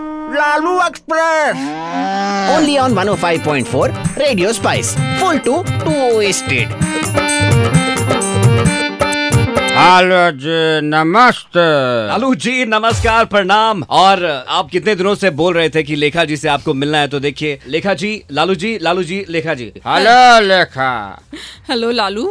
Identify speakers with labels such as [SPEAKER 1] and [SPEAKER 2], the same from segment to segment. [SPEAKER 1] आलू express
[SPEAKER 2] Only on 105.4 Radio Spice. Full to twisted.
[SPEAKER 3] Hello जी नमस्ते
[SPEAKER 4] लालू जी नमस्कार प्रणाम और आप कितने दिनों से बोल रहे थे कि लेखा जी से आपको मिलना है तो देखिए लेखा जी लालू जी लालू जी लेखा जी
[SPEAKER 3] हेलो लेखा
[SPEAKER 5] हेलो लालू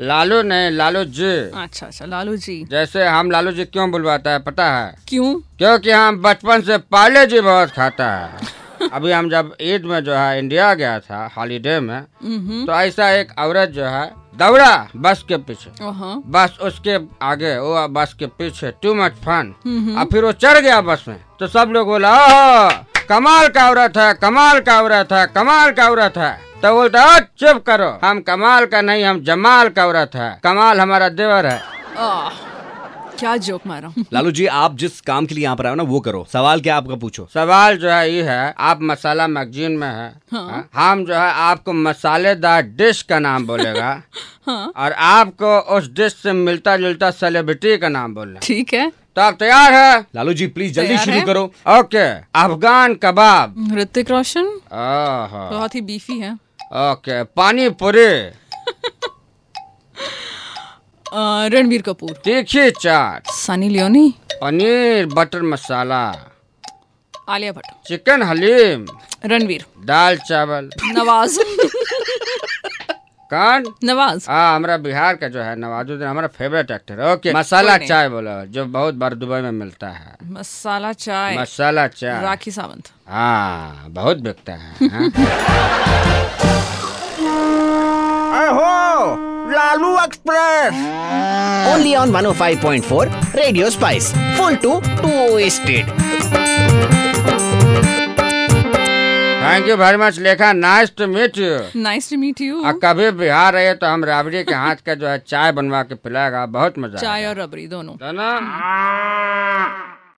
[SPEAKER 3] लालू नहीं लालू जी
[SPEAKER 5] अच्छा अच्छा लालू जी
[SPEAKER 3] जैसे हम लालू जी क्यों बुलवाता है पता है
[SPEAKER 5] क्यों
[SPEAKER 3] क्योंकि हम बचपन से पहले जी बहुत खाता है अभी हम जब ईद में जो है इंडिया गया था हॉलीडे में
[SPEAKER 5] हम्म। Mm-hmm.
[SPEAKER 3] तो ऐसा एक औरत जो है दौड़ा बस के पीछे
[SPEAKER 5] हाँ
[SPEAKER 3] बस उसके आगे वो बस के पीछे टू मच फन और फिर वो चढ़ गया बस में तो सब लोग बोला "ओह, कमाल का औरत है कमाल का औरत है कमाल का औरत है तो बोलता "ओह, चुप करो हम कमाल का नहीं हम जमाल का औरत है कमाल हमारा देवर है
[SPEAKER 5] आह, क्या जोक मारा
[SPEAKER 4] लालू जी आप जिस काम के लिए यहाँ पर आए हो ना वो करो सवाल क्या आपका पूछो
[SPEAKER 3] सवाल जो है ये है आप मसाला मैगजीन में है हाँ। हम जो है आपको मसालेदार डिश का नाम बोलेगा
[SPEAKER 5] हाँ।
[SPEAKER 3] और आपको उस डिश से मिलता जुलता सेलिब्रिटी का नाम बोलना
[SPEAKER 5] ठीक है
[SPEAKER 3] तो आप तैयार है
[SPEAKER 4] लालू जी प्लीज जल्दी
[SPEAKER 5] तैयार
[SPEAKER 4] शुरू
[SPEAKER 5] है?
[SPEAKER 4] करो
[SPEAKER 3] ओके अफगान कबाब
[SPEAKER 5] ऋतिक रोशन
[SPEAKER 3] ओहो,
[SPEAKER 5] बहुत ही बीफी है
[SPEAKER 3] ओके पानी पूरी
[SPEAKER 5] आह, रणबीर Uh, कपूर
[SPEAKER 3] तीखी चाट
[SPEAKER 5] Sunny Leone
[SPEAKER 3] paneer butter masala
[SPEAKER 5] Alia Bhatt
[SPEAKER 3] chicken haleem
[SPEAKER 5] Ranveer
[SPEAKER 3] दाल चावल
[SPEAKER 5] नवाज
[SPEAKER 3] कान
[SPEAKER 5] नवाज
[SPEAKER 3] हाँ हमारा बिहार का जो है नवाजुद्दीन हमारा फेवरेट एक्टर है। ओके मसाला
[SPEAKER 5] कोई नहीं।
[SPEAKER 3] चाय बोलो जो बहुत बार दुबई में मिलता है
[SPEAKER 5] मसाला चाय
[SPEAKER 3] मसाला चाय
[SPEAKER 5] राखी सावंत
[SPEAKER 3] हाँ बहुत बिकता है हाँ।
[SPEAKER 1] अहो Lalu express
[SPEAKER 2] Only on 105.4 Radio Spice. Full to twisted.
[SPEAKER 3] Thank you very much Lekha nice to meet you
[SPEAKER 5] nice to meet you
[SPEAKER 3] और कभी बिहार आए तो हम राबड़ी के हाथ का जो है चाय बनवा के पिलाएगा बहुत मजा
[SPEAKER 5] चाय
[SPEAKER 3] आएगा।
[SPEAKER 5] और रबरी दोनों
[SPEAKER 3] दोनों